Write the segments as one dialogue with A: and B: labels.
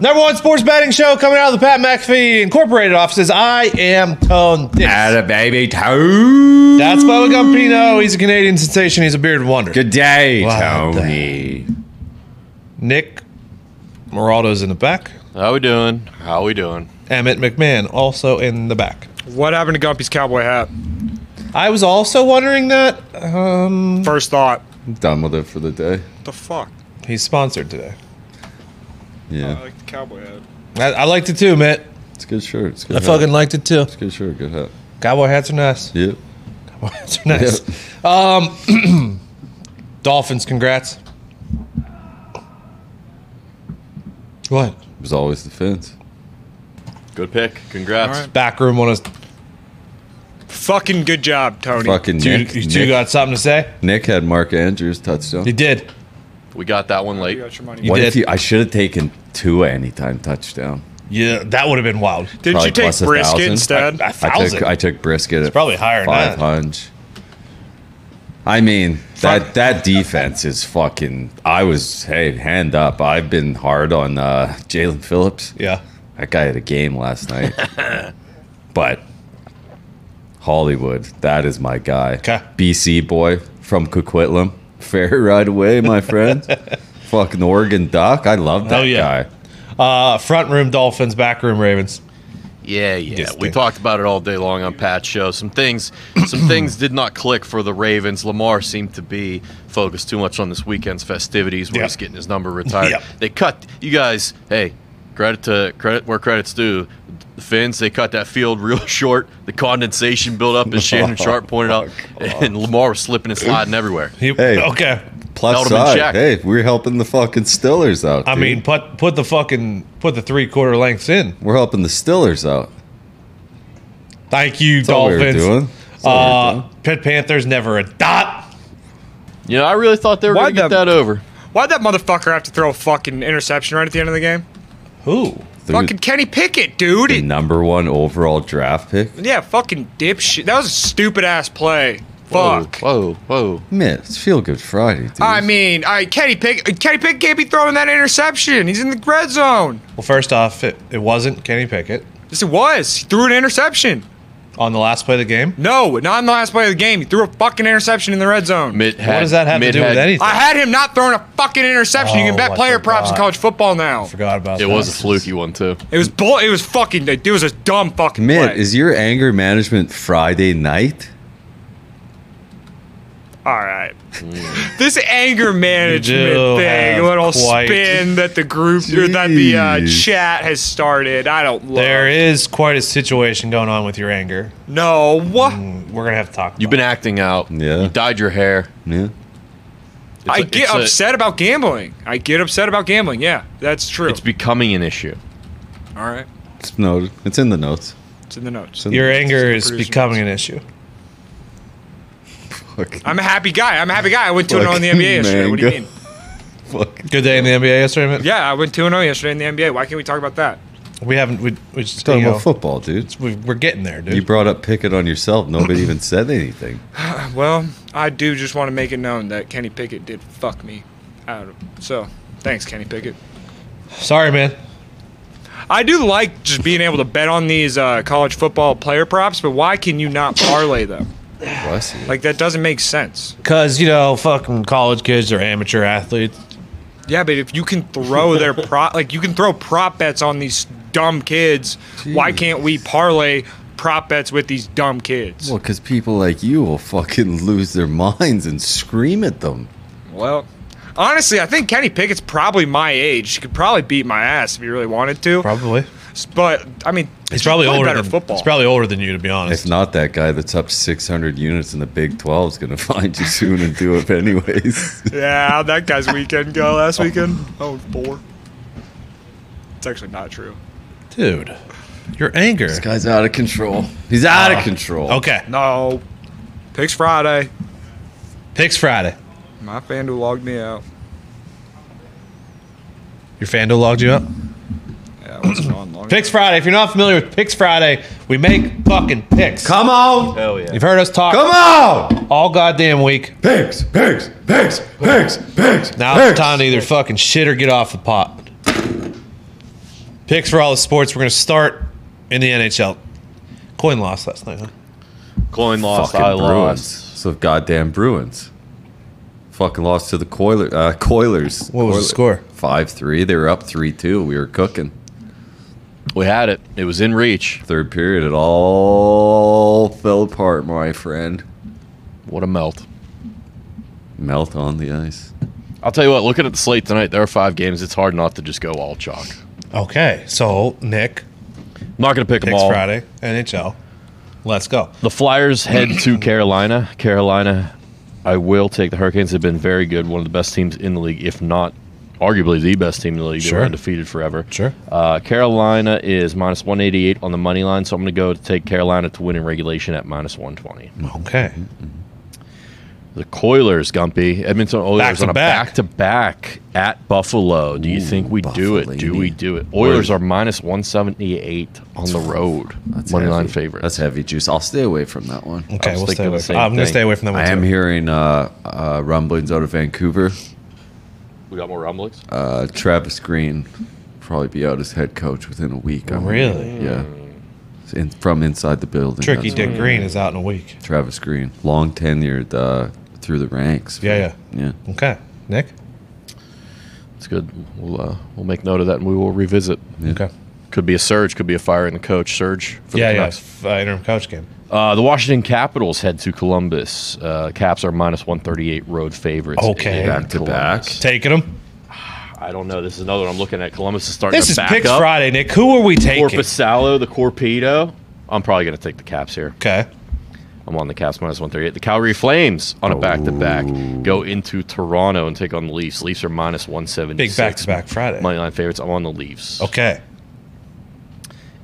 A: Number one sports betting show coming out of the Pat McAfee Incorporated offices. I am Tone Dix.
B: Atta baby Tone.
A: That's Bubba Gumpino. He's a Canadian sensation. He's a bearded wonder.
B: Good day,
A: Wow,
B: Tony.
A: Nick Moraldo's in the back.
C: How we doing? How we doing?
A: Emmett McMahon also in the back.
D: What happened to Gumpy's cowboy hat?
A: I was also wondering that. Um,
D: First thought,
B: I'm done with it for the day.
D: the fuck?
A: he's sponsored today.
D: I
B: Yeah,
C: Oh.
D: like the cowboy hat.
A: I, I liked it too, Mitt.
B: it's a good shirt. It's a good.
A: I
B: hat.
A: fucking liked it too.
B: It's a good shirt. Good hat.
A: Cowboy hats are nice.
B: Yep.
A: Cowboy hats are nice. Um,
B: Yep.
A: Dolphins, congrats. What?
B: It was always the fence.
C: Good pick. Congrats.
D: All right.
A: Back room on us.
D: Fucking good job, Tony.
B: Fucking
A: Dude,
B: Nick.
A: you two
B: Nick,
A: got something to say?
B: Nick had Mark Andrews touchdown.
A: You did.
C: We got that one late.
D: You got your money.
A: You
B: what
A: did.
B: if you? I should have taken two at any time touchdown.
A: Yeah, that would have been wild.
D: Didn't
B: Probably
D: you take
B: plus a
D: brisket
B: thousand.
D: instead?
A: I-
B: I took
A: Thousand.
B: I took brisket. It's
A: probably higher than that.
B: Five hundred. I mean that that defense is fucking. I was hey hand up. I've been hard on uh, Jalen Phillips.
A: Yeah.
B: That guy had a game last night. but Hollywood, that is my guy.
A: 'Kay.
B: BC boy from Coquitlam. Fair right away, my friend. Fucking Oregon Duck. I love that
A: Oh, yeah.
B: guy.
A: Uh, front room Dolphins, back room Ravens.
C: Yeah, yeah.
A: Yes,
C: we
A: dude.
C: talked about it all day long on Pat's show. Some things, some things did not click for the Ravens. Lamar seemed to be focused too much on this weekend's festivities, where
A: Yep.
C: he's getting his number retired.
A: Yep.
C: They cut you guys. Hey, credit to credit where credits due. The Finns they cut that field real short. The condensation built up, as Shannon
A: Oh,
C: Sharp pointed out, and Lamar was slipping and sliding everywhere.
A: He-
B: Hey.
A: Okay.
B: Plus
C: Held him in
B: side.
C: check.
B: Hey, we're helping the fucking Stillers out.
A: I
B: dude.
A: mean, put put the fucking put the three quarter lengths in.
B: we're helping the Stillers out.
A: Thank you,
B: That's all we
A: Dolphins.
B: were doing. That's all we were
A: Uh, Pitt Panthers never a dot.
C: You know, I really thought they were going
D: Why'd
C: to get
D: that-
C: that over.
D: Why'd that motherfucker have to throw a fucking interception right at the end of the game?
A: Who?
B: doing.
D: Fucking Kenny Pickett, dude.
B: the number one overall draft pick.
D: yeah, fucking dipshit. That was a stupid ass play. Fuck.
C: Whoa, whoa, whoa.
B: Man, it's Feel Good Friday, dude.
D: I mean, I Kenny Pickett. Kenny Pickett can't be throwing that interception. He's in the red zone.
A: Well, first off, it, it wasn't Kenny Pickett
D: Yes, it was. He threw an interception.
A: on the last play of the game.
D: No, not in the last play of the game. He threw a fucking interception in the red zone.
C: Mitt had,
A: what does that have to
C: Mitt
A: do with
C: had-
A: anything?
D: I had him not throwing a fucking interception. you
A: Oh,
D: can bet
A: I
D: player props in
A: forgot.
D: college football now.
A: Forgot about that.
C: It was a fluky one too.
D: It was bull. It was fucking. It was a dumb fucking
B: Mitt,
D: play.
B: is your anger management Friday night?
D: All right. this anger
A: do
D: management thing,
A: have
D: little
A: quite-
D: spin that the group or that the uh,
B: Jeez.
D: chat has started. I don't love.
A: There is quite a situation going on with your anger. Mm,
D: No. What?
A: We're gonna have to talk.
C: You've been acting out.
B: Yeah.
C: You dyed your hair.
B: Yeah.
C: It's
D: I
C: a-
D: get
C: it's a-
D: upset about gambling. I get upset about gambling. Yeah, that's true.
C: it's becoming an issue.
D: All right.
B: It's noted. It's in the notes.
D: It's in the notes.
B: in-
A: your anger is
D: Producer
A: becoming an issue.
B: Fucking
D: I'm a happy guy. I'm a happy guy. I went 2 0 in the
B: Fucking
D: NBA yesterday. What do you
B: mango.
D: mean?
B: fucking
A: Good day in the NBA yesterday. Man.
D: Yeah, I went 2 0 yesterday in the NBA. Why can't we talk about that?
A: we haven't. We, we just you
B: talking
A: know,
B: about football, dude.
A: we, we're getting there, dude.
B: You brought up Pickett on yourself. Nobody even said anything.
D: Well, I do just want to make it known that Kenny Pickett did fuck me out of. So, thanks, Kenny Pickett.
A: Sorry, man.
D: I do like just being able to bet on these uh, college football player props, but why can you not parlay them?
B: Bless you.
D: Like, that doesn't make sense.
A: Cause you know, fucking college kids are amateur athletes.
D: Yeah, but if you can throw their prop, like, you can throw prop bets on these dumb kids, why can't we parlay prop bets with these dumb kids?
B: well, because people like you will fucking lose their minds and scream at them.
D: Well, honestly, I think Kenny Pickett's probably my age. He could probably beat my ass if he really wanted to.
A: Probably.
D: But I mean,
A: He's probably
D: played
A: older
D: better
A: than
D: football.
A: He's probably older than you, to be
B: If
A: honest.
B: not, that guy that's up 600 units in the Big 12 is going to find you soon and do it anyways.
D: yeah, how'd that guy's weekend go last weekend. Oh, four. It's actually not true.
A: Dude, your anger.
B: this guy's out of control. He's out of control.
A: Ah. Okay.
D: No, picks Friday.
A: Picks Friday.
D: My FanDuel logged me out.
A: Your FanDuel logged you up.
D: Yeah, it wasn't on long.
A: Picks Friday. If you're not familiar with Picks Friday, we make fucking picks.
B: Come on.
C: Hell yeah.
A: You've heard us talk
B: Come on.
A: all goddamn week.
B: Pigs, pigs, pigs, pigs, pigs.
A: Now it's time to either fucking shit or get off the pot. Picks for all the sports. We're going to start in the NHL. Coin lost last night, huh?
C: Coin lost.
B: fucking
C: I
B: Bruins.
C: lost.
B: So goddamn Bruins. Fucking lost to the Coiler, uh, Coilers.
A: What was the score?
B: Five three. They were up three two. We were cooking.
C: We had it. It was in reach.
B: Third period, it all fell apart, my friend.
C: What a melt.
B: Melt on the ice.
C: I'll tell you what, looking at the slate tonight, there are five games. It's hard not to just go all chalk.
A: Okay, so Nick
C: I'm not going to pick them
A: picks
C: all.
A: Friday NHL. Let's go.
C: The Flyers head to Carolina. Carolina, I will take the Hurricanes. Have been very good. One of the best teams in the league, if not arguably the best team in the league. They
A: Sure.
C: were undefeated forever.
A: Sure.
C: Uh, Carolina is minus 188 on the money line, so I'm going to go to take Carolina to win in regulation at minus 120.
A: Okay,
C: The Coilers, Gumpy. Edmonton Oilers
A: Back to
C: on a
A: back.
C: back to back at Buffalo. Do you
B: Ooh,
C: think we do it? Do we
B: Buffalini.
C: do it? Oilers are minus 178 on the road.
B: That's
C: Money
B: heavy.
C: line favorite.
B: That's heavy juice. I'll stay away from that one.
A: okay, we'll
C: was thinking
A: stay
C: the
A: away. From,
C: same
A: I'm going to
C: thing.
A: stay away from them.
B: I
A: one
B: am
A: too.
B: hearing uh, uh, rumblings out of Vancouver.
C: we got more rumblings.
B: Uh, Travis Green probably be out as head coach within a week. I'm
A: Really?
B: Yeah. It's In, from inside the building.
A: Tricky
B: That's
A: Dick
B: right.
A: Green is out in a week.
B: Travis Green, long tenured uh, through the ranks.
A: Yeah,
B: yeah.
A: yeah. Okay, Nick.
C: It's good. We'll uh, we'll make note of that and we will revisit.
A: Okay.
C: Could be a surge. Could be a fire in the coach. Surge for
A: yeah,
C: the
A: yeah.
C: Canucks.
A: f- Uh, interim coach game.
C: Uh, the Washington Capitals head to Columbus. Uh, Caps are minus 138 road favorites.
A: Okay.
C: in
B: Back to back.
C: Columbus.
A: Taking them.
C: I don't know. This is another one I'm looking at. Columbus is starting
A: This
C: to
A: is
C: back
A: picks
C: up.
A: Friday, Nick. Who are we taking?
C: Corpusalo, the Corpedo. I'm probably going to take the Caps here.
A: Okay.
C: I'm on the Caps minus 138. The Calgary Flames on a
B: Oh.
C: back to back go into Toronto and take on the Leafs. Leafs are minus 176.
A: Big back to back Friday.
C: Money line favorites. I'm on the Leafs.
A: Okay.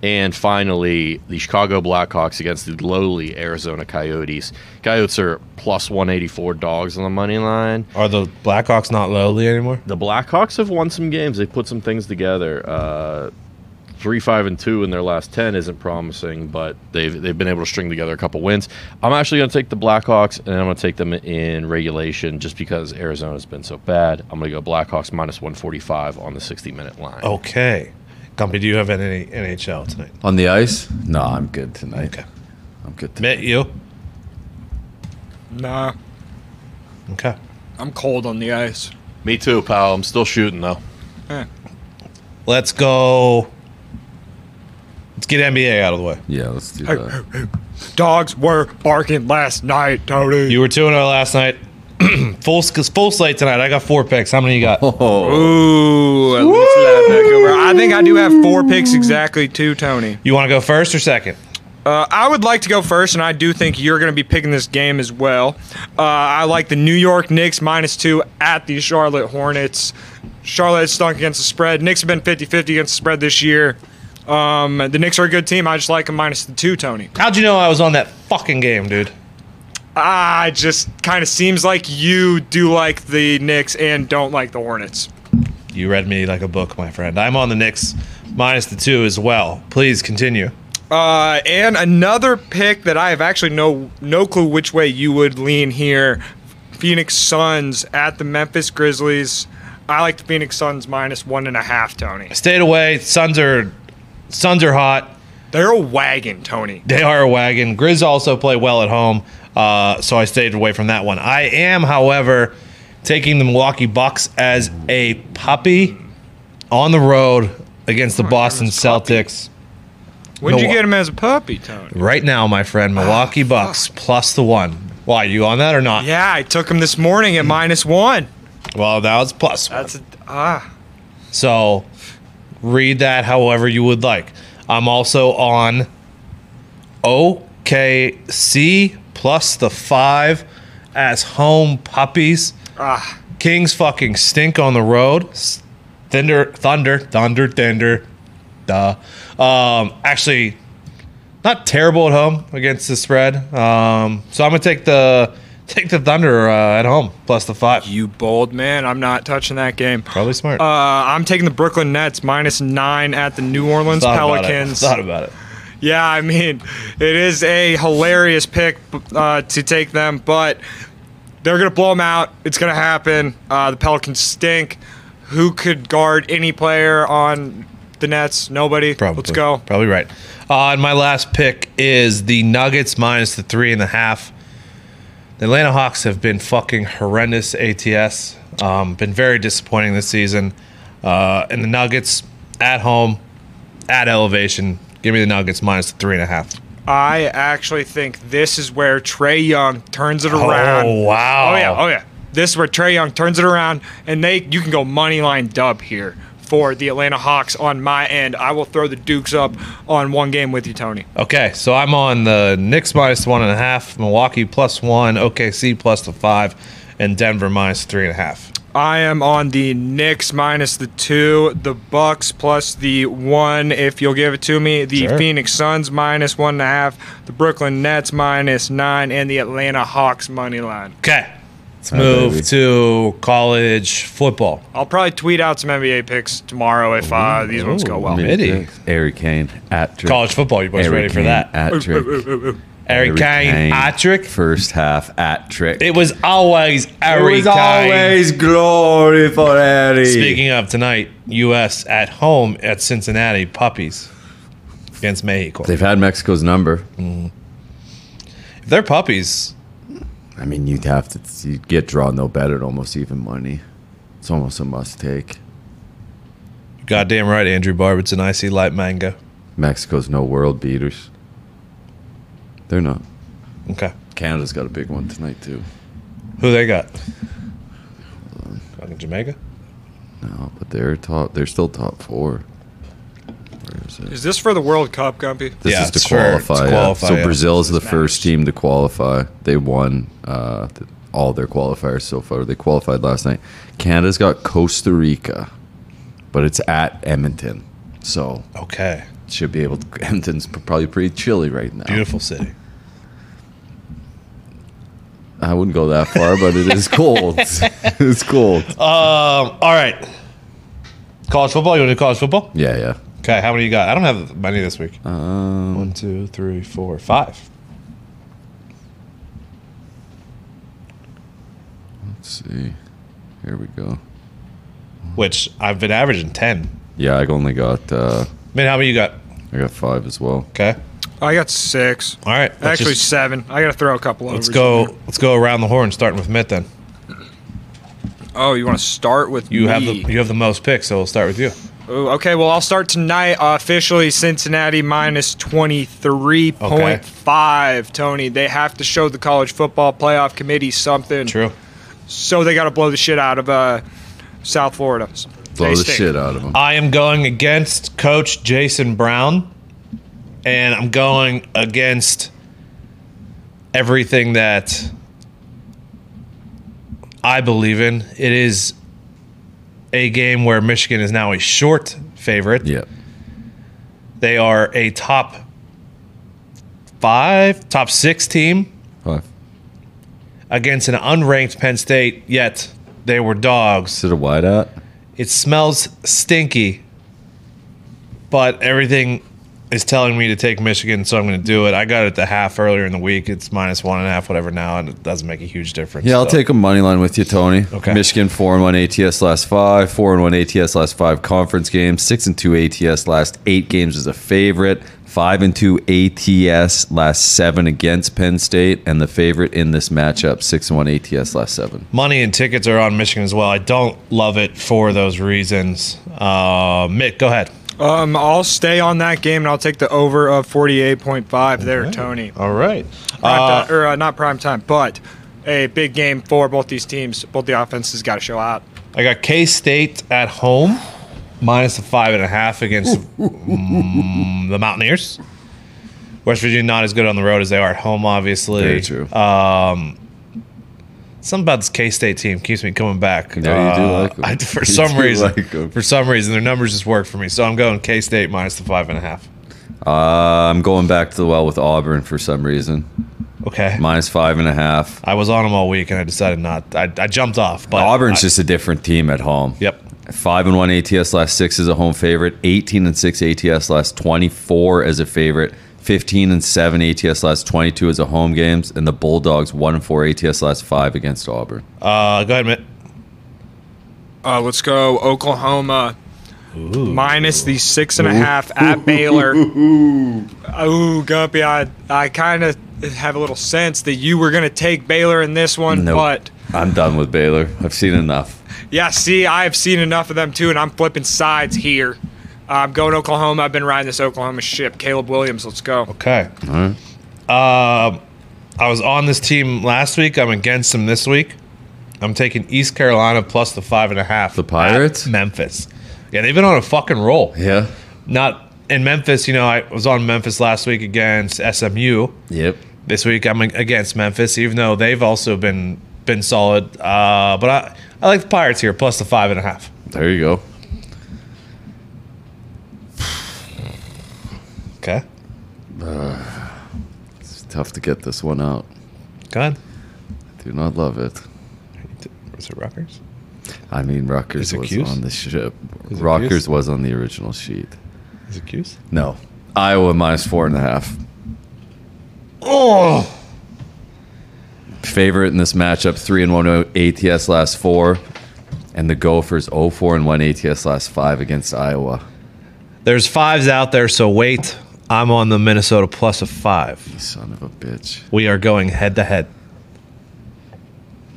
C: And finally, the Chicago Blackhawks against the lowly Arizona Coyotes. Coyotes are plus 184 dogs on the money line.
A: Are the Blackhawks not lowly anymore?
C: The Blackhawks have won some games. They put some things together. Uh, three, five, and two in their last ten isn't promising, but they've they've been able to string together a couple wins. I'm actually going to take the Blackhawks, and I'm going to take them in regulation just because Arizona's been so bad. I'm going to go Blackhawks minus 145 on the 60 minute line.
A: Oh. Okay. Gumpy, do you have any NHL tonight?
B: On the ice? No, I'm good tonight.
A: Okay.
B: I'm good tonight.
A: Met you.
D: Nah,
A: Okay.
D: I'm cold on the ice.
C: Me too, pal. I'm still shooting though.
D: Eh.
A: Let's go. Let's get NBA out of the way.
B: Yeah, let's do that.
D: Dogs were barking last night, Tony.
A: You were 2 0 last night. full, s- full slate tonight. I got four picks. How many you got?
B: Oh,
D: Ooh, at least that back over. I think I do have four picks exactly, too, Tony.
A: You want to go first or second?
D: Uh, I would like to go first, and I do think you're going to be picking this game as well. Uh, I like the New York Knicks minus two at the Charlotte Hornets. Charlotte has stunk against the spread. Knicks have been 50 50 against the spread this year. Um, the Knicks are a good team. I just like them minus the two, Tony.
A: How'd you know I was on that fucking game, dude?
D: Ah, it just kind of seems like you do like the Knicks and don't like the Hornets.
A: You read me like a book, my friend. I'm on the Knicks minus the two as well. Please continue.
D: Uh, and another pick that I have actually no no clue which way you would lean here. Phoenix Suns at the Memphis Grizzlies. I like the Phoenix Suns minus one and a half, Tony.
A: Stayed away. Suns are Suns are hot.
D: They're a wagon, Tony.
A: They are a wagon. Grizz also play well at home, uh, so I stayed away from that one. I am, however, taking the Milwaukee Bucks as a puppy on the road against the Boston Celtics.
D: When'd you
A: Milwaukee.
D: get him as a puppy, Tony?
A: Right now, my friend, Milwaukee Bucks plus the one. Why, you on that or not?
D: Ah, Yeah, I took him this morning at minus one.
A: Well, that was plus one.
D: That's a, ah.
A: So read that however you would like. I'm also on OKC plus the five as home puppies.
D: Ah.
A: Kings fucking stink on the road. S- Thunder, thunder, thunder, thunder. Duh. Um, actually, not terrible at home against the spread. Um, so I'm gonna take the take the Thunder uh, at home plus the five.
D: You bold man. I'm not touching that game.
A: Probably smart.
D: Uh, I'm taking the Brooklyn Nets minus nine at the New Orleans
A: thought
D: Pelicans.
A: About it. Thought about it.
D: Yeah, I mean, it is a hilarious pick uh, to take them, but they're going to blow them out. It's going to happen. Uh, the Pelicans stink. Who could guard any player on the Nets. Nobody.
A: Probably.
D: Let's go.
A: Probably right. Uh, and my last pick is the Nuggets minus the three and a half. The Atlanta Hawks have been fucking horrendous ATS. Um, been very disappointing this season. Uh, and the Nuggets at home, at elevation. Give me the Nuggets minus the three and a half.
D: I actually think this is where Trey Young turns it around.
A: Oh, wow.
D: Oh yeah, oh yeah. This is where Trey Young turns it around, and they you can go money line dub here for the Atlanta Hawks on my end. I will throw the Dukes up on one game with you, Tony.
A: Okay, so I'm on the Knicks minus one and a half, Milwaukee plus one, OKC plus the five, and Denver minus three and a half.
D: I am on the Knicks minus the two, the Bucks plus the one, if you'll give it to me, the
A: Sure.
D: Phoenix Suns minus one and a half, the Brooklyn Nets minus nine, and the Atlanta Hawks money line.
A: Okay, let's
B: Hi,
A: move
B: baby.
A: to college football.
D: I'll probably tweet out some NBA picks tomorrow if uh, these ones go well.
A: Ooh. Mitty.
B: Eric Kane at Drake.
A: College football, you boys
B: Eric
A: ready for
B: Kane uh,
A: that?
B: At Drake.
A: Eric Kane, Atrick.
B: First half at Trick.
A: It was always Eric
B: was
A: Kane.
B: always glory for Eric.
A: Speaking of tonight, U.S. at home at Cincinnati, puppies against Mexico.
B: They've had Mexico's number.
A: If they're puppies,
B: I mean, you'd have to you'd get drawn no bet at almost even money. It's almost a must take.
A: goddamn right, Andrew Barb. It's an icy light mango.
B: Mexico's no world beaters. They're not.
A: Okay,
B: Canada's got a big one tonight too.
A: who they got? Fucking Jamaica.
B: No, but they're top. They're still top four. Where is it?
D: Is this for the World Cup, Gumpy?
B: This
A: Yeah,
B: is
A: it's
B: to
A: for-
B: qualify.
A: to
B: yeah.
A: qualify,
B: So
A: yeah.
B: Brazil's the first team to qualify. They won uh, th- all their qualifiers so far. They qualified last night. Canada's got Costa Rica, but it's at Edmonton, so
A: Okay,
B: should be able. to Edmonton's p- probably pretty chilly right now.
A: beautiful city.
B: I wouldn't go that far, but it is cold. it's cold.
A: Um, all right. College football. You want to do college football?
B: Yeah, yeah.
A: Okay. How many you got? I don't have many this week.
B: Um,
A: One, two, three, four, five.
B: let's see. Here we go.
A: Which I've been averaging ten.
B: Yeah, I only got uh,
A: Man, how many you got?
B: I got five as well.
A: Okay.
D: I got six.
A: All right. Let's
D: Actually,
A: just-
D: seven. I got to throw a couple
A: let's
D: overs in
A: go.
D: there.
A: Let's go around the horn, starting with Mitt. Then
D: Oh, you want to start with
A: you
D: me.
A: have the you have the most picks, so we'll start with you.
D: Ooh, okay, well, I'll start tonight. Uh, officially, Cincinnati minus 23.5. Tony, they have to show the college football playoff committee something.
A: True.
D: So they got to blow the shit out of uh, South Florida.
B: Blow
D: They
B: the
D: stink.
B: shit out of them.
A: I am going against Coach Jason Brown, and I'm going against everything that I believe in. It is a game where Michigan is now a short favorite.
B: Yeah.
A: They are a top five, top six team
B: Five.
A: against an unranked Penn State, yet they were dogs.
B: Is it a wide out?
A: It smells stinky, but everything is telling me to take Michigan, so I'm going to do it. I got it at the half earlier in the week. It's minus one and a half, whatever now, and it doesn't make a huge difference.
B: Yeah, I'll
A: so-
B: take a money line with you, Tony.
A: Okay.
B: Michigan four and one ATS last five, four and one ATS last five conference games, six and two ATS last eight games as a favorite, five and two ATS last seven against Penn State, and the favorite in this matchup, six and one ATS last seven.
A: money and tickets are on Michigan as well. I don't love it for those reasons. Uh, Mick, go ahead.
D: Um, I'll stay on that game and I'll take the over of 48.5 there, Tony.
B: Uh,
A: All right.
D: Prime
A: Uh,
D: ti- or uh, not prime time, but a big game for both these teams. Both the offenses got to show out.
A: I got K State at home, minus the five and a half against mm, the Mountaineers. West Virginia not as good on the road as they are at home, obviously.
B: Very true.
A: Something about this K State team keeps me coming back. Uh,
B: Yeah, you do like 'em.
A: I- for
B: You
A: some
B: do
A: reason,
B: like 'em.
A: for some reason, their numbers just work for me. So I'm going K State minus the five and a half.
B: Uh, I'm going back to the well with Auburn for some reason.
A: Okay,
B: Minus five and a half.
A: I was on them all week and I decided not. I, I jumped off, but
B: Auburn's
A: I-
B: just a different team at home.
A: Yep.
B: Five and one ATS last six is a home favorite. Eighteen and six ATS last twenty four as a favorite. Fifteen and seven ATS last twenty two as a home games, and the Bulldogs one and four ATS last five against Auburn.
A: Uh, go ahead, Mitt.
D: Uh, let's go Oklahoma minus the six and a half at Baylor. Ooh, Gumpy, I I kind of have a little sense that you were going to take Baylor in this one,
B: Nope.
D: but
B: I'm done with Baylor. I've seen enough.
D: yeah, see, I've seen enough of them too, and I'm flipping sides here. I'm going Oklahoma. I've been riding this Oklahoma ship. Caleb Williams, let's go.
A: Okay. Um, I was on this team last week. I'm against them this week. I'm taking East Carolina plus the five and a half.
B: The Pirates?
A: at Memphis. Yeah, they've been on a fucking roll.
B: Yeah.
A: Not in Memphis. You know, I was on Memphis last week against SMU.
B: Yep.
A: This week I'm against Memphis, even though they've also been been solid. Uh, but I I like the Pirates here plus the five and a half.
B: There you go.
A: Okay.
B: It's tough to get this one out.
A: Go ahead.
B: Do not love it.
A: Was it Rutgers?
B: I mean, Rutgers
A: Is it
B: was
A: Cuse?
B: on the ship.
A: Is it
B: Rutgers
A: Cuse?
B: was on the original sheet.
A: Is it Cuse?
B: No. Iowa minus four and a half.
A: Oh.
B: Favorite in this matchup, three and one oh ATS last four. And the Gophers 0-4 and one ATS last five against Iowa.
A: There's fives out there, so wait. I'm on the Minnesota plus a five.
B: Son of a bitch.
A: We are going head to head.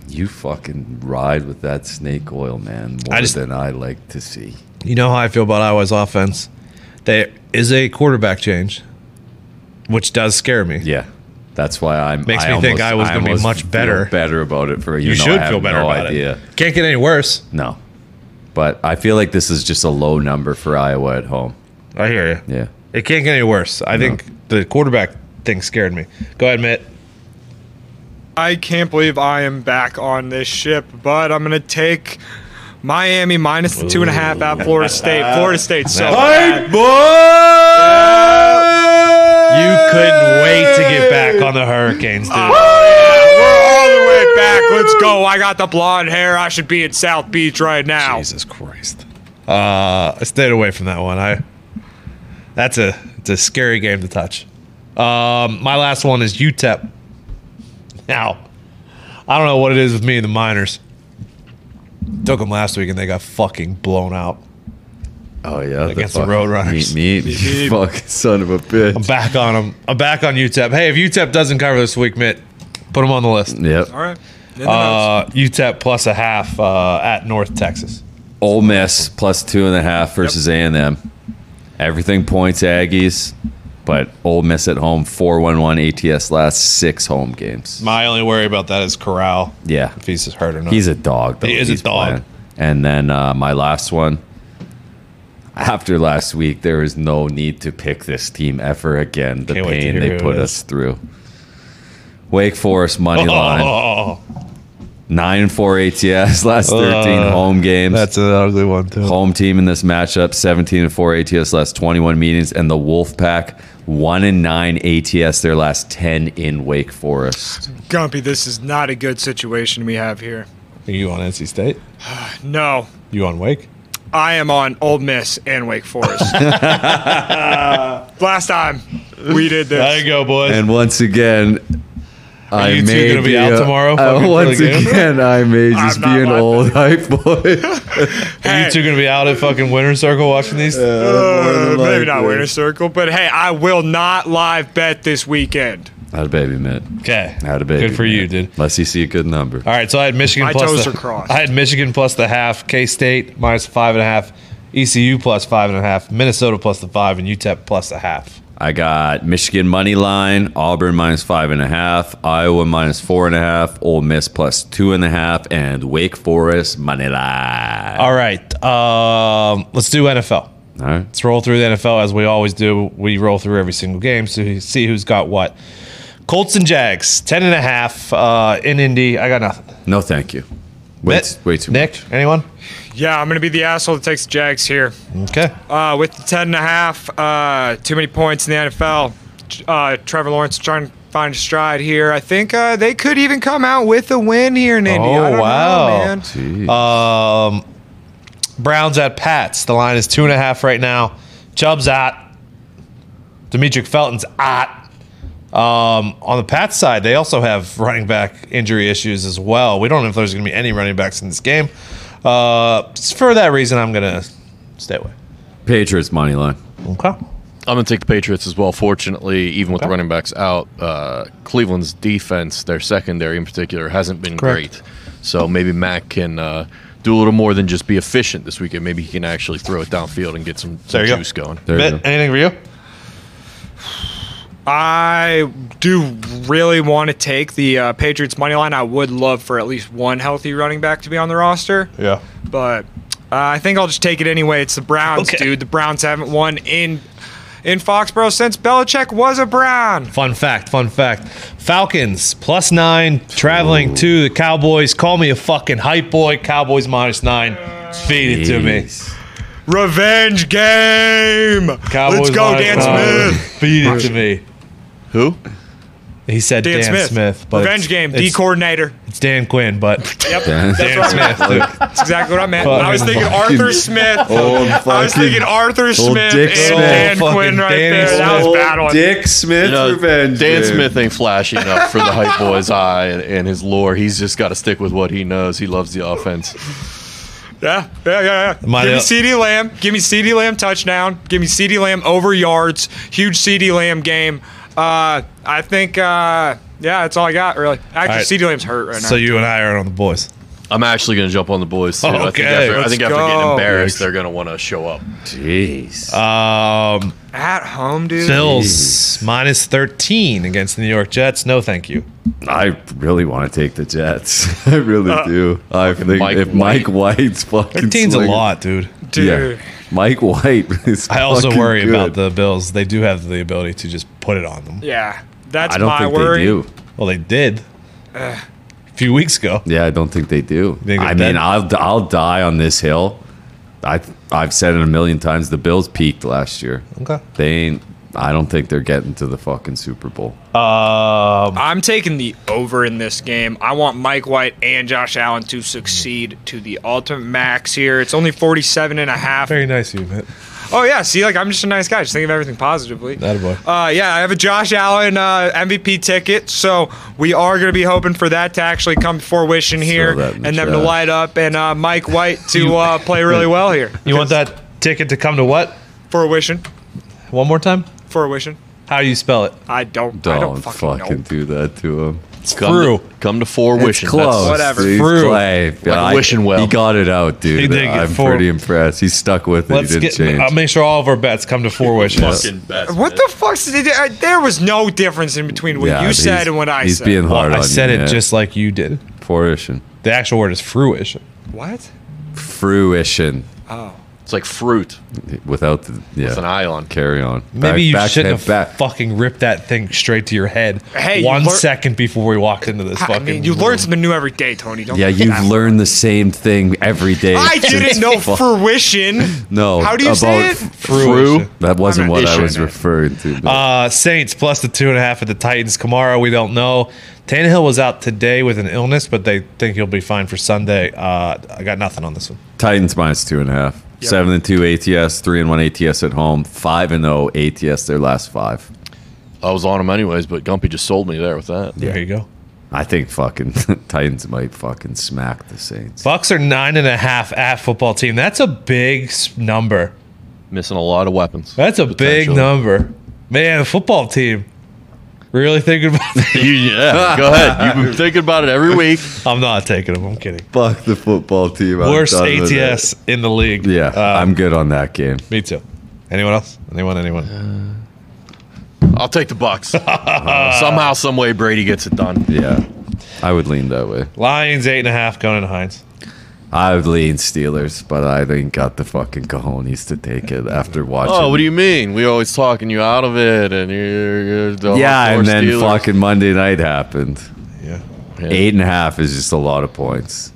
B: You fucking ride with that snake oil, man, more
A: I just-
B: than I like to see.
A: You know how I feel about Iowa's offense. There is a quarterback change, which does scare me.
B: Yeah. That's why I'm
A: Makes
B: I
A: me think
B: almost-
A: Iowa's
B: I
A: gonna be
B: almost
A: much
B: feel
A: better.
B: better about it for you.
A: You
B: know,
A: should
B: I have
A: feel better
B: no
A: about
B: idea.
A: it. Can't get any worse.
B: No. But I feel like this is just a low number for Iowa at home.
A: I hear you.
B: Yeah.
A: It can't get any worse. I think the quarterback thing scared me. Go ahead, Mitt.
D: I can't believe I am back on this ship, but I'm going to take Miami minus the two and a half at Florida State. Florida State, so bad.
A: You couldn't wait to get back on the Hurricanes, dude.
D: all the way back. Let's go. I got the blonde hair. I should be in South Beach right now.
A: Jesus Christ. Uh, I stayed away from that one. I that's a it's a scary game to touch. Um, my last one is UTEP. Now, I don't know what it is with me and the Miners. Took them last week and they got fucking blown out.
B: Oh yeah,
A: Against
B: fuck-
A: the Roadrunners.
B: Meet me, you fucking son of a bitch.
A: I'm back on them. I'm back on UTEP. Hey, if UTEP doesn't cover this week, Mitt, put them on the list.
B: Yep.
D: All right. In the notes.
A: Uh, UTEP plus a half uh, at North Texas.
B: Ole Miss plus two and a half versus A and M. Everything points Aggies, but Ole Miss at home four one one ATS last six home games.
A: My only worry about that is Corral.
B: Yeah,
A: If he's hurt or not.
B: he's a dog. Though.
A: He is a
B: He's
A: dog.
B: And then uh, my last one. After last week, there is no need to pick this team ever again. The
A: Can't wait to
B: pain
A: hear
B: they
A: who it
B: put
A: is. Oh,
B: us through. Wake Forest money line nine and four ATS last thirteen
A: Uh,
B: home games.
A: an ugly one too.
B: home team in this matchup 17 and 4 ats last 21 meetings and the wolfpack 1 and 9 ats their last 10 in wake forest
D: Gumpy, this is not a good situation we have here.
A: You on NC State?
D: No,
A: You on Wake?
D: I am on Old Miss and Wake Forest. Last time we did
A: There
D: this.
A: you go, boys.
B: and once again
A: Are
B: I
A: you two
B: may
A: gonna be out
B: uh,
A: tomorrow,
B: uh,
A: fucking for
B: once
A: the game?
B: again, I may just
D: not
B: be an
D: laughing.
B: old hype boy.
A: Are
D: Hey,
A: you two gonna be out at fucking Winner's Circle watching these?
D: uh, maybe not
B: likely.
D: winner circle, but hey, I will not live bet this weekend.
B: Had a baby, man.
A: okay.
B: Had a baby.
A: Good for
B: man.
A: you, dude.
B: Unless you see a good number.
A: All right, so I had Michigan
D: My
A: plus
D: toes
A: the,
D: are crossed.
A: I had Michigan plus the half, K State minus five and a half, ECU plus five and a half, Minnesota plus the five, and UTEP plus the half.
B: I got Michigan money line, Auburn minus five and a half, Iowa minus four and a half, Ole Miss plus two and a half, and Wake Forest money line.
A: All right. Um, let's do NFL.
B: All right.
A: Let's roll through the NFL as we always do. We roll through every single game to see who's got what. Colts and Jags, 10 and a half uh, in Indy. I got nothing.
B: No, thank you. Wait,
A: Mitt?
B: way too
A: Nick, anyone?
D: Yeah, I'm going to be the asshole that takes the Jags here.
A: Okay.
D: Uh, with the 10 and a half, uh, too many points in the NFL. Uh, Trevor Lawrence trying to find a stride here. I think uh, they could even come out with a win here in Indy.
A: Oh,
D: I don't know,
A: wow.
D: man.
B: much. Jeez.
A: Um, Browns at Pats. The line is two and a half right now. Chubb's at. Demetric Felton's at. Um, on the Pats side, they also have running back injury issues as well. We don't know if there's going to be any running backs in this game. Uh, for that reason, I'm going to stay away.
B: Patriots money line.
A: Okay.
C: I'm going to take the Patriots as well. Fortunately, even with the
A: Okay.
C: running backs out, uh, Cleveland's defense, their secondary in particular, hasn't been
A: Correct.
C: great. So maybe Mac can uh, do a little more than just be efficient this weekend. Maybe he can actually throw it downfield and get some, some
A: There you go.
C: juice going.
B: There you
A: Mitt,
B: go.
A: anything for you?
D: I do really want to take the uh, Patriots money line. I would love for at least one healthy running back to be on the roster,
A: Yeah.
D: but uh, I think I'll just take it anyway. It's the Browns,
A: Okay.
D: dude. The Browns haven't won in in Foxborough since Belichick was a Brown.
A: Fun fact, fun fact. Falcons plus nine, traveling to the Cowboys. Call me a fucking hype boy. Cowboys minus nine. Feed it to me.
B: Jeez.
D: Revenge game.
A: Cowboys
D: Let's go,
A: minus
D: Dan
A: nine.
D: Smith.
A: Feed it to me.
C: Who?
A: He said
D: Dan, Smith.
A: but
D: Revenge
A: it's-
D: game. D
A: It's,
D: coordinator.
A: it's Dan Quinn, but
D: Yep.
B: Dan-
D: That's
A: Dan
D: what I meant.
A: Smith. dude.
D: That's exactly what I meant.
A: Fucking
D: I was thinking
B: fucking-
D: Arthur Smith.
B: Old
D: I was thinking
B: fucking-
D: Arthur
B: old
D: Smith
B: Dick
D: and
B: Smith.
D: Dan
A: Old
D: Quinn
A: fucking
D: right
A: Danny
D: there. That was a
A: Smith.
D: bad one.
B: Dick Smith
C: You know,
B: revenge.
C: Dan
B: dude.
C: Smith ain't flashing up for the hype boy's eye and, and his lore. He's just got to stick with what he knows. He loves the offense.
D: Yeah, yeah, yeah. yeah.
A: Might
D: Give me
A: have-
D: CD Lamb. Give me CD Lamb touchdown. Give me CD Lamb over yards. Huge CD Lamb game. Uh, I think. Uh, yeah, that's all I got really. Actually,
A: right.
D: CD Lamb's hurt right now.
A: So you and I are on the boys.
C: I'm actually going to jump on the boys. Too. I
A: Okay,
C: think after, I
A: let's
C: think after getting
D: go.
C: embarrassed, they're going to want to show up.
B: Jeez.
A: Um,
D: At home, dude.
A: Bills minus 13 against the New York Jets. No, thank you.
B: I really want to take the Jets. I really
A: Uh,
B: do. I think
C: Mike
B: if Mike White's fucking
A: 13's a
B: slinging-
A: lot, dude.
D: dude.
B: Mike White is.
A: I also
B: fucking
A: worry
B: good.
A: about the Bills. They do have the ability to just put it on them.
D: Yeah. That's
B: I don't
D: my
B: think
D: worry.
B: they do.
A: Well, they did a few weeks ago.
B: Yeah, I don't think they do.
A: Think of
B: I
A: that-
B: mean, I'll I'll die on this hill. I I've said it a million times. The Bills peaked last year.
A: Okay.
B: They ain't. I don't think they're getting to the fucking Super Bowl.
A: Um,
D: I'm taking the over in this game. I want Mike White and Josh Allen to succeed to the ultimate max here. It's only 47 and a half.
A: very nice of you, man.
D: Oh, yeah. See, like, I'm just a nice guy. Just think of everything positively.
A: That boy.
D: Uh, yeah, I have a Josh Allen uh, MVP ticket, so we are going to be hoping for that to actually come to fruition here
B: that in
D: and
B: the
D: them to
B: chat.
D: light up and uh, Mike White to uh, play really well here.
A: You want that ticket to come to what?
D: Fruition.
A: One more time?
D: Fruition.
A: How do you spell it?
D: I don't,
B: Don't,
D: I don't
B: fucking,
D: fucking,
B: do that to him.
A: It's
C: Come
A: Fru.
C: To, come to four wishes.
B: It's close.
D: Whatever.
B: He's
A: Fruit.
B: clay. I-
C: wishing well.
B: He got it out, dude.
A: He did get
B: I'm
A: four.
B: pretty impressed. He stuck with it.
A: Let's
B: he
A: get. um,
B: didn't change.
A: I'll make sure all of our bets come to four wishes.
C: Fucking best.
D: know. What the fuck? There was no difference in between what
B: Yeah,
D: you
B: he's-
D: said and what I
B: he's
D: said.
B: being
A: Well,
B: hard
A: I
B: on
A: said
B: you,
A: it
B: yeah.
A: just like you did.
B: fruition.
A: The actual word is fruition.
D: what? Oh.
B: Fruition.
C: It's like fruit
B: Without the yeah.
C: with an eye on.
B: Carry on.
A: Maybe you shouldn't have
B: back.
A: fucking ripped that thing straight to your head
D: Hey, you
A: one
D: lear-
A: second before we walked into this
D: I
A: fucking.
D: mean, you
A: room.
D: learn something new every day, Tony. Don't
B: Yeah,
D: get
B: you've
D: that.
B: learned the same thing every day.
D: I
B: since
D: didn't know
B: fu-
D: fruition.
B: No.
D: How do you
B: about
D: say it?
B: f-
A: Fruition.
B: Fru? That wasn't
D: I'm
B: what
D: not
B: I
D: issuing
B: was
D: it.
B: referring to. but-
A: Uh, Saints plus the two and a half at the Titans. Kamara, we don't know. Tannehill was out today with an illness, but they think he'll be fine for Sunday. Uh, I got nothing on this one.
B: Titans minus two and a half. Seven and two ATS, three and one ATS at home, five and oh zero ATS their last five.
C: I was on him anyways, but Gumpy just sold me there with that.
A: There you go.
B: I think fucking Titans might fucking smack the Saints.
A: Bucks are nine and a half at football team. That's a big s- number.
C: Missing a lot of weapons.
A: That's a big
C: Potential.
A: number. Man, football team. Really thinking about
C: You- yeah, go ahead. You've been thinking about it every week.
A: I'm not taking them. I'm kidding.
B: Fuck the football team. I'm
A: Worst
B: done with it.
A: ATS in the league.
B: Yeah,
A: Uh,
B: I'm good on that game.
A: me too. Anyone else? Anyone? Anyone?
C: I'll take the Bucks. Somehow, some way, Brady gets it done.
B: Yeah, I would lean that way.
A: Lions eight and a half going into Hines.
B: I would lean Steelers, but I ain't got the fucking cojones to take it after watching.
C: Oh, what do you mean? We always talking you out of it, and you're, you're the
B: Yeah,
C: hardcore
B: and then
C: Steelers.
B: fucking Monday night happened.
A: Yeah.
C: Yeah.
B: Eight and a half is just a lot of points.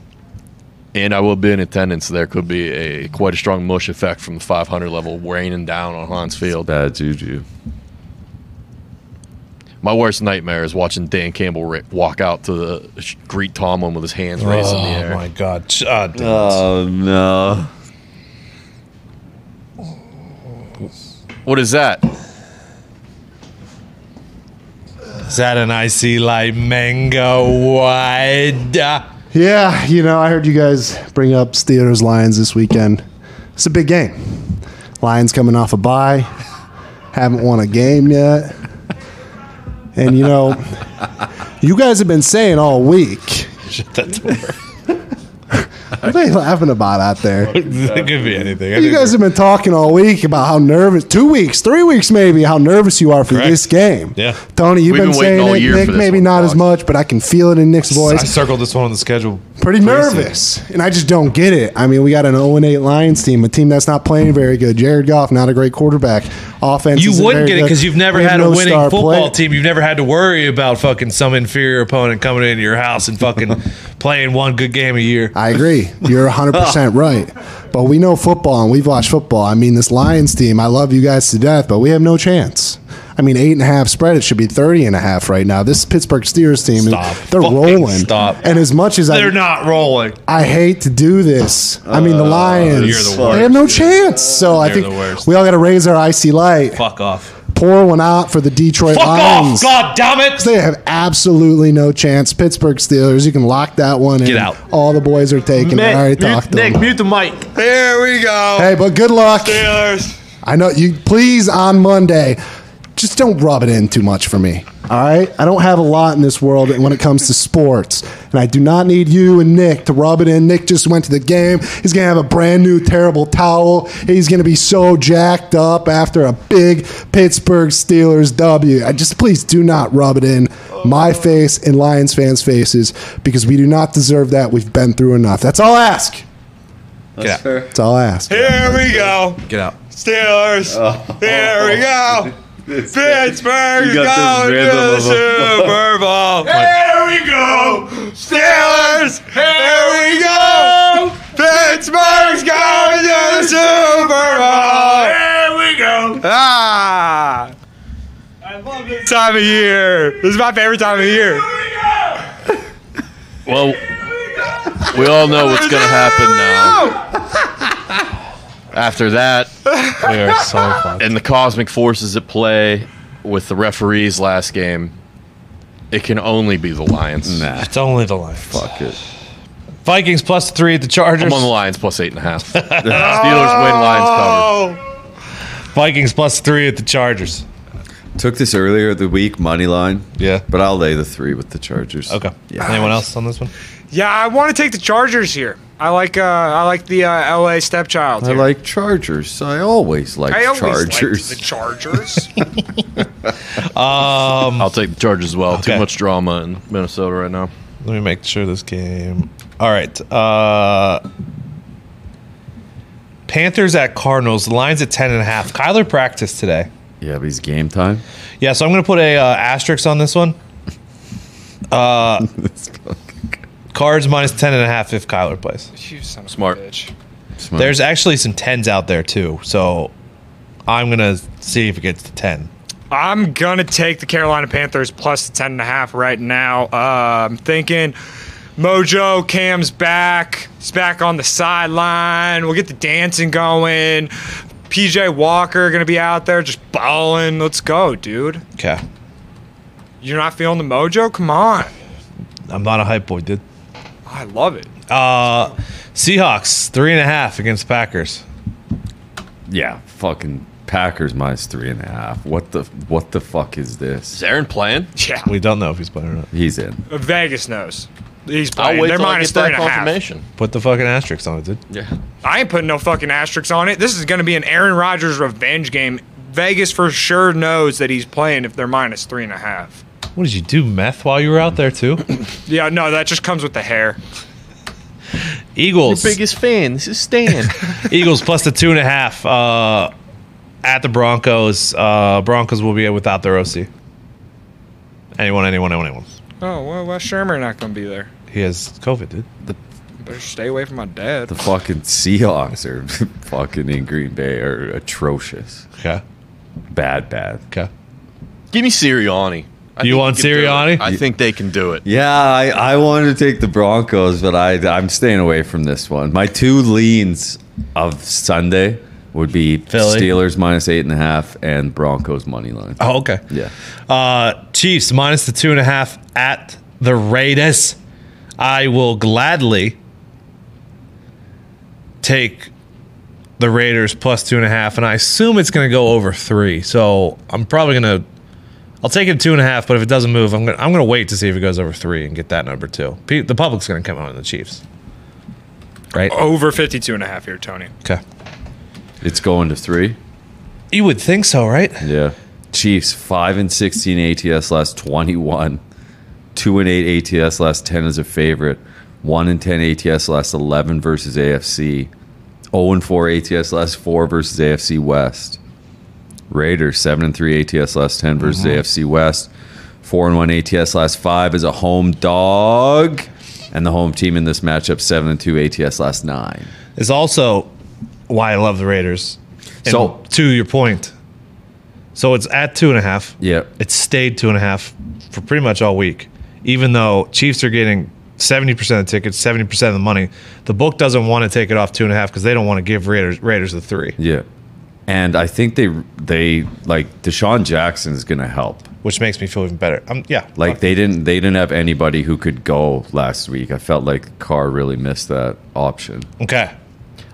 C: And I will be in attendance. There could be a quite a strong mush effect from the 500 level raining down on Hans Field.
B: Bad juju.
C: My worst nightmare is watching Dan Campbell ri- walk out to the, sh- greet Tomlin with his hands raised in the
A: Oh
C: air.
A: my god. uh, God damn it.
B: Oh no.
C: What is that?
A: Is that an icy like mango Ah. wide?
E: Yeah, you know, I heard you guys bring up Steelers Lions this weekend. It's a big game. Lions coming off a bye, haven't won a game yet. And you know, you guys have been saying all week.
A: Shut that door.
E: What are they laughing about out there?
A: it could be anything. I
E: You
A: think
E: guys have been talking all week about how nervous, two weeks, three weeks maybe, how nervous you are for
A: Correct.
E: this game.
A: Yeah.
E: Tony, you've
C: We've
E: been,
C: been waiting
E: saying
C: all
E: it.
C: year
E: Nick,
C: for this
E: maybe
C: one,
E: not as
C: Fox.
E: much, but I can feel it in Nick's
A: I
E: voice.
A: circled this one on the schedule.
E: Pretty nervous, and I just don't get it. I mean, we got an 0 8 Lions team, a team that's not playing very good. Jared Goff, not a great quarterback. Offense.
A: You
E: isn't
A: wouldn't
E: very
A: get it
E: good.
A: because you've never
E: We have
A: had a
E: no
A: winning
E: star
A: football
E: player.
A: team. You've never had to worry about fucking some inferior opponent coming into your house and fucking playing one good game a year.
E: I agree. You're 100% right. But we know football and we've watched football. I mean, this Lions team, I love you guys to death, but we have no chance. I mean, eight and a half spread, it should be 30 and a half right now. This Pittsburgh Steelers team,
A: Stop.
E: they're
A: Fucking
E: rolling.
A: stop.
E: And as much as I,
A: They're not rolling.
E: I hate to do this, I mean, the Lions,
A: Uh, you're the worst,
E: they have no chance. So I
A: You're
E: think
A: the worst.
E: we all got to raise our icy light,
A: Fuck off.
E: pour one out for the Detroit
A: Fuck
E: Lions.
A: off. God damn it.
E: They have absolutely no chance. Pittsburgh Steelers, you can lock that one in.
A: Get out.
E: All the boys are taking it. I already talked to them.
A: mute the mic.
C: There we go.
E: Hey, but good luck.
C: Steelers.
E: I know you. Please, on Monday, just don't rub it in too much for me. All right, I don't have a lot in this world when it comes to sports, and I do not need you and Nick to rub it in. Nick just went to the game. He's gonna have a brand new terrible towel. He's gonna be so jacked up after a big Pittsburgh Steelers W. I just please do not rub it in my face and Lions fans' faces because we do not deserve that. We've been through enough. That's all I ask.
A: Get out.
E: That's all I ask.
D: Here we go.
A: Get out.
D: Steelers. Here we go. Pittsburgh is
B: You got this
D: going
B: rhythm of
D: to the
B: a-
D: Super Bowl. Here we go. Steelers. Here we go. Pittsburgh's going to the Super Bowl. Here we go. Ah. I love this time of year. This is my favorite time of year.
C: Well, we all know what's going to happen now. After that,
A: We are so fucked.
C: and the cosmic forces at play with the referees last game, it can only be the Lions.
B: Nah,
A: It's only the Lions.
B: fuck it.
A: Vikings plus three at the Chargers.
C: I'm on the Lions plus eight and a half. Steelers win, Lions cover.
D: Oh.
A: Vikings plus three at the Chargers.
B: Took this earlier the week money line.
A: Yeah.
B: but I'll lay the three with the Chargers.
A: Okay.
B: Yeah.
A: Anyone else on this one?
D: Yeah, I want to take the Chargers here. I like uh, I like the uh, LA stepchild.
B: I
D: here.
B: like Chargers. I always like
D: I always
B: Chargers.
D: Chargers. the Chargers.
C: I'll take the Chargers as well.
A: Okay.
C: Too much drama in Minnesota right now.
A: Let me make sure this game. All right. Uh Panthers at Cardinals. The line's at ten and a half. Kyler practiced today.
B: yeah, but it's game time.
A: Yeah, so I'm gonna put a uh, asterisk on this one. Uh, Cards minus ten and a half if Kyler plays.
D: you son of
C: Smart.
D: A bitch.
B: Smart.
A: There's actually some tens out there too, so I'm gonna see if it gets to ten.
D: I'm gonna take the Carolina Panthers plus the ten and a half right now. Uh, I'm thinking Mojo Cam's back. He's back on the sideline. We'll get the dancing going. PJ Walker gonna be out there just balling. Let's go, dude.
A: Okay,
D: You're not feeling the mojo? Come on.
A: I'm not a hype boy, dude.
D: I love it.
A: Uh, Seahawks three and a half against Packers.
B: yeah, fucking Packers minus three and a half. What the what the fuck is this?
C: Is Aaron playing?
D: Yeah.
A: We don't know if he's playing or not.
B: He's in.
D: Vegas knows. He's
C: I'll
D: playing.
C: wait
D: They're
C: till I
D: minus
C: get
D: three
C: that
D: and a half.
C: confirmation.
A: Put the fucking asterisk on it, dude.
C: Yeah.
D: I ain't putting no fucking asterisks on it. This is going to be an Aaron Rodgers revenge game. Vegas for sure knows that he's playing if they're minus three and a half.
A: What did you do, meth, while you were out there too?
D: Yeah, no, that just comes with the hair.
A: Eagles,
C: fan. This is Stan.
A: Eagles plus the two and a half uh, at the Broncos. Uh, Broncos will be without their OC. Anyone, anyone, anyone, anyone.
D: Oh, well, Wes Shermer not going to be there.
A: He has COVID, dude.
D: Better stay away from my dad.
B: The fucking Seahawks are fucking in Green Bay are atrocious.
A: Okay,
B: Bad, bad.
A: okay.
C: Give me Sirianni. I
A: You
C: think
A: want
C: they can do it.
A: Sirianni?
C: I think they can do it.
B: Yeah, I, I wanted to take the Broncos, but I I'm staying away from this one. My two leans of Sunday would be
A: Philly.
B: Steelers minus eight and a half and Broncos money line.
A: Oh, okay.
B: Yeah.
A: Uh, Chiefs minus the two and a half at the Raiders. I will gladly take the Raiders plus two and a half, and I assume it's going to go over three. So I'm probably going to. I'll take it two and a half, but if it doesn't move, I'm gonna I'm gonna wait to see if it goes over three and get that number too. Pe- The public's gonna come out on the Chiefs, right?
D: Over 52 and a half here, Tony.
A: Okay.
B: It's going to three.
A: You would think so, right?
B: Yeah. Chiefs five and sixteen ATS last twenty one, two and eight ATS last ten is a favorite, one and ten ATS last eleven versus AFC, zero and four ATS last four versus AFC West. Raiders seven and three ATS last ten versus AFC West, four and one ATS last five is a home dog, and the home team in this matchup seven and two ATS last nine.
A: Is also why I love the Raiders. And
B: So-
A: to your point, so it's at two and a half.
B: Yeah,
A: It stayed two and a half for pretty much all week, even though Chiefs are getting 70% of the tickets, 70% of the money. The book doesn't want to take it off two and a half because they don't want to give Raiders Raiders the three,
B: yeah, and I think they they like Deshaun Jackson is going to help.
A: which makes me feel even better. Um, yeah,
B: Like they didn't they didn't have anybody who could go last week. I felt like Carr really missed that option.
A: Uh, okay,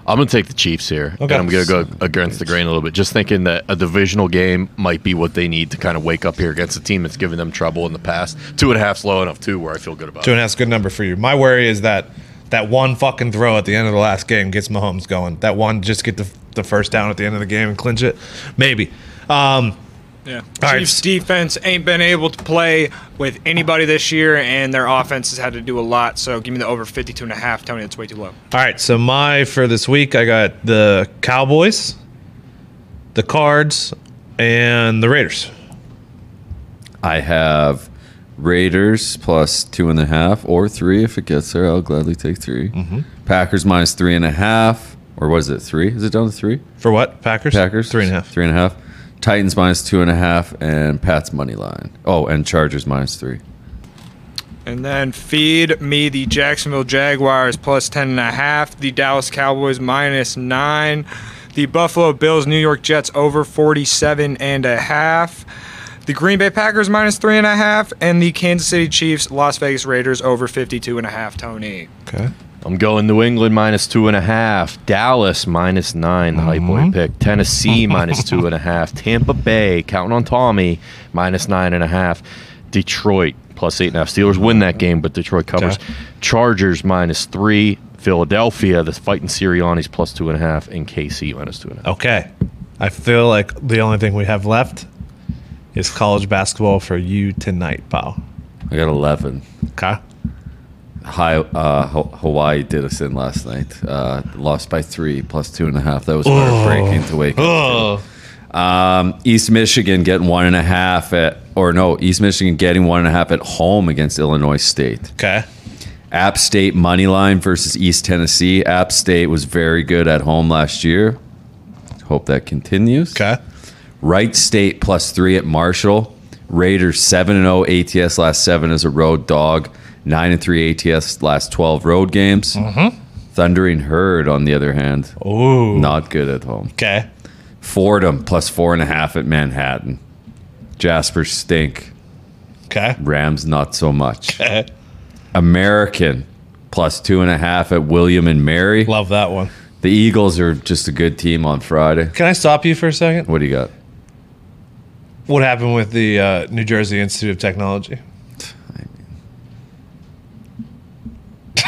C: I'm going to take the Chiefs here,
A: Okay.
C: and I'm going to go against the grain a little bit. Just thinking that a divisional game might be what they need to kind of wake up here against a team that's given them trouble in the past. Two and a half's low enough too, where I feel good about.
A: two
C: it.
A: and a half's a good number for you. My worry is that that one fucking throw at the end of the last game gets Mahomes going. That one just get the the first down at the end of the game and clinch it, maybe. Um,
D: Yeah.
A: All right.
D: Chiefs defense ain't been able to play with anybody this year, and their offense has had to do a lot. So give me the over 52 and a half, Tony. That's way too low.
A: All right, so my for this week, I got the Cowboys, the Cards, and the Raiders.
B: I have Raiders plus two and a half or three if it gets there. I'll gladly take 3
A: Mm-hmm.
B: Packers minus three and a half. Or was it three? Is it down to three?
A: For what? Packers?
B: Packers
A: Three and a half.
B: Three and a half. Titans minus two and a half and Pats money line. Oh, and Chargers minus three.
D: And then feed me the Jacksonville Jaguars plus 10 and a half, the Dallas Cowboys minus 9, the Buffalo Bills New York Jets over 47 and a half, the Green Bay Packers minus 3 and a half, and the Kansas City Chiefs Las Vegas Raiders over 52 and a half, Tony.
A: Okay.
C: I'm going New England minus two and a half, Dallas minus nine, the hype
A: Mm-hmm.
C: boy pick, Tennessee minus two and a half, Tampa Bay counting on Tommy minus nine and a half, Detroit plus eight and a half. Steelers win that game, but Detroit covers.
A: Okay.
C: Chargers minus three, Philadelphia the fighting Sirianni's plus two and a half, and KC minus two and a half.
A: Okay. I feel like the only thing we have left is college basketball for you tonight, pal.
B: I got eleven.
A: Okay.
B: Hi, uh, Ho- Hawaii did us in last night. Uh, lost by three, plus two and a half. That was heartbreaking to wake up.
A: Oh.
B: Um, East Michigan getting one and a half at, or no, East Michigan getting one and a half at home against Illinois State.
A: Okay.
B: App State money line versus East Tennessee. App State was very good at home last year. Hope that continues.
A: Okay.
B: Wright State plus three at Marshall. Raiders seven and oh zero ATS last seven as a road dog. Nine and three ATS last twelve road games. Thundering Herd on the other hand,
A: Mm-hmm. Ooh.
B: not good at home.
A: Okay.
B: Fordham plus four and a half at Manhattan. Jasper stink.
A: Okay. Eh.
B: Rams not so much. American plus two and a half at William and Mary.
A: Love that one.
B: The Eagles are just a good team on Friday.
A: Can I stop you for a second?
B: What do you got?
A: What happened with the uh, New Jersey Institute of Technology?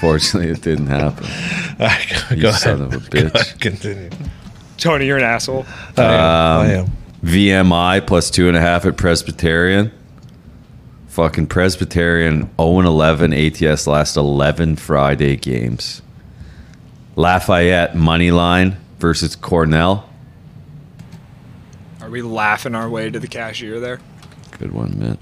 B: Fortunately, it didn't happen.
A: All right, go
B: You
A: ahead.
B: son of a bitch.
A: Continue.
D: Tony, you're an asshole.
A: I
B: Um,
A: am.
B: VMI plus two and a half at Presbyterian. Fucking Presbyterian 0 and 11 ATS last 11 Friday games. Lafayette money line versus Cornell.
D: Are we laughing our way to the cashier there?
B: Good one, man.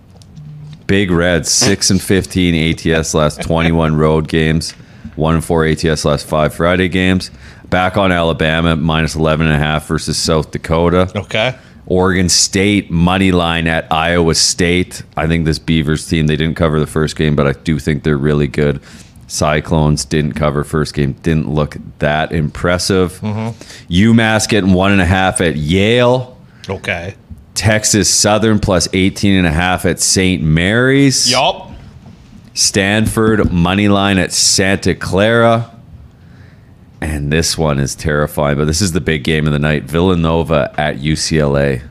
B: Big Red six and fifteen ATS last twenty one road games, one and four ATS last five Friday games. Back on Alabama minus eleven and a half versus South Dakota.
A: Okay.
B: Oregon State money line at Iowa State. I think this Beavers team they didn't cover the first game, but I do think they're really good. Cyclones didn't cover first game, didn't look that impressive. UMass getting one and a half at Yale.
A: Okay.
B: Texas Southern plus 18 and a half at St. Mary's.
A: Yup.
B: Stanford money line at Santa Clara. And And this one is terrifying, but this is the big game of the night Villanova at UCLA.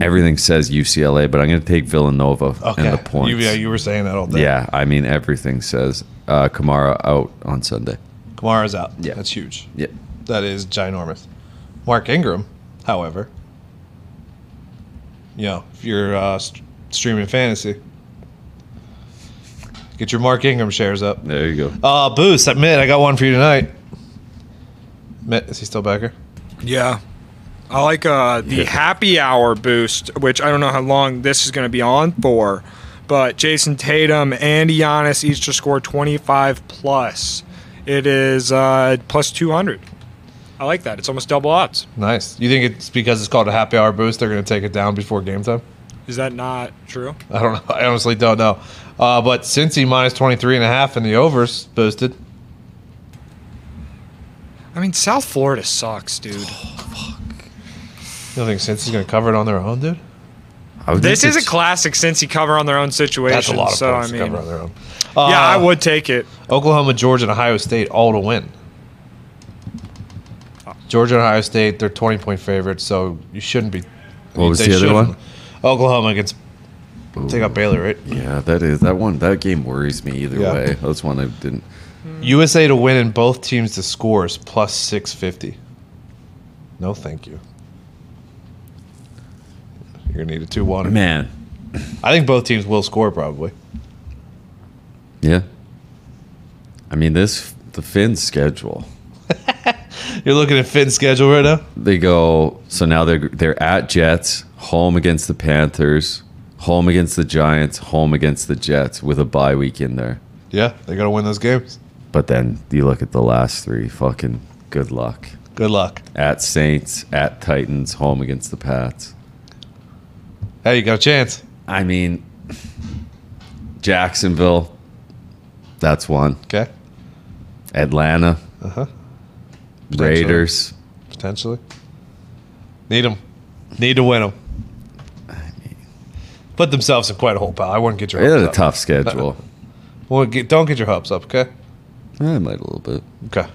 B: Everything says UCLA, but I'm going to take Villanova
A: Okay.
B: and the points.
A: You, yeah, you were saying that all day.
B: yeah, I mean, everything says uh, Kamara out on Sunday.
A: Kamara's out.
B: Yeah.
A: That's huge.
B: Yep.
A: That is ginormous. Mark Ingram, however, you know, if you're uh, st- streaming fantasy, get your Mark Ingram shares up.
B: There you go.
A: Uh, Boost, I Mitt, I got one for you tonight. Mitt, is he still back here?
D: Yeah. I like uh, the happy hour boost, which I don't know how long this is going to be on for, but Jason Tatum and Giannis each to score 25 plus. It is uh, plus 200. I like that. It's almost double odds.
A: Nice. You think it's because it's called a happy hour boost? They're going to take it down before game time?
D: Is that not true?
A: I don't know. I honestly don't know. Uh, but Cincy minus 23 and a half in the overs boosted.
D: I mean, South Florida sucks, dude.
A: You don't think Cincy's going to cover it on their own, dude?
B: I would
D: This
B: think
D: is a
B: it's-
D: classic since he cover on their own situation.
A: That's a lot of
D: so,
A: points
D: I mean,
A: to cover on their own.
D: Yeah, I
A: Uh,
D: would take it.
A: Oklahoma, Georgia, and Ohio State all to win. Georgia and Ohio State, they're 20 point favorites, so you shouldn't be.
B: What was
A: they
B: the other
A: shouldn't.
B: one?
A: Oklahoma against. Take out Baylor, right?
B: Yeah, that is that one. That game worries me either
A: Yeah.
B: way. That's one I didn't.
A: USA to win and both teams to score is plus 650. No, thank you. You're going to need a 2 1.
B: Man,
A: I think both teams will score probably.
B: yeah. I mean, this the Finns schedule.
A: You're looking at Finn's schedule right now?
B: They go so now they're they're at Jets, home against the Panthers, home against the Giants, home against the Jets with a bye week in there.
A: Yeah, they got to win those games.
B: But then you look at the last three. Fucking good luck.
A: Good luck.
B: At Saints, at Titans, home against the Pats.
A: Hey, you got a chance.
B: I mean, Jacksonville. That's one.
A: Okay.
B: Atlanta. Raiders.
A: Potentially. Need them. Need to win them. Put themselves in quite a hole, pal. I wouldn't get your
B: They had a
A: hopes up.
B: tough schedule.
A: Well, get, don't get your hopes up, okay? Eh,
B: I might a little bit.
A: Okay.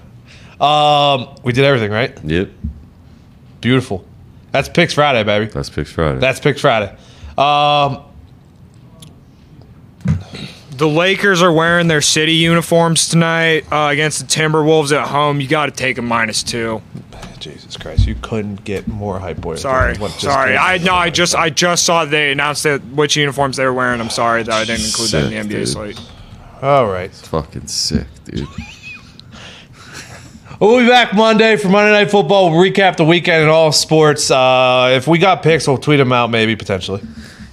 A: Um, we did everything, right?
B: Yep.
A: Beautiful. That's Picks Friday, baby.
B: That's Picks Friday.
A: That's Picks Friday. Um,
D: The Lakers are wearing their city uniforms tonight uh, against the Timberwolves at home. You got to take a minus two.
A: Jesus Christ, you couldn't get more hype boy.
D: Sorry,
A: What just
D: sorry.
A: came
D: I
A: from
D: no, I
A: you.
D: just I just saw they announced that which uniforms they were wearing. I'm sorry that I didn't include that in the
B: Sick,
D: NBA
B: dude.
D: slate.
A: All right.
B: fucking sick, dude.
A: We'll be back Monday for Monday Night Football. We'll recap the weekend and all sports. Uh, if we got picks, we'll tweet them out maybe potentially.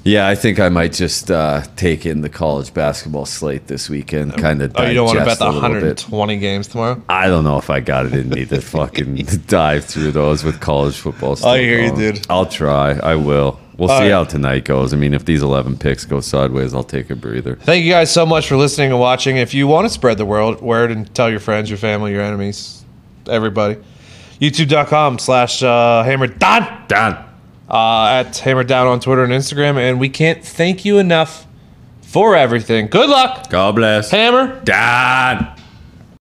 B: yeah, I think I might just uh, take in the college basketball slate this weekend. Kind of.
A: Oh, you don't want to bet the
B: Bit.
A: 120 games tomorrow?
B: I don't know if I got it in me to fucking dive through those with college football. still
A: hear you,
B: going.
A: dude.
B: I'll try. I will. We'll
A: All
B: see
A: right.
B: how tonight goes. I mean, if these eleven picks go sideways, I'll take a breather.
A: Thank you guys so much for listening and watching. If you want to spread the world word and tell your friends, your family, your enemies, everybody, youtube.com slash uh, hammer down.
B: Done.
A: uh, at Hammer Down on Twitter and Instagram. And we can't thank you enough for everything. Good luck,
B: God bless.
A: Hammer.
B: Done.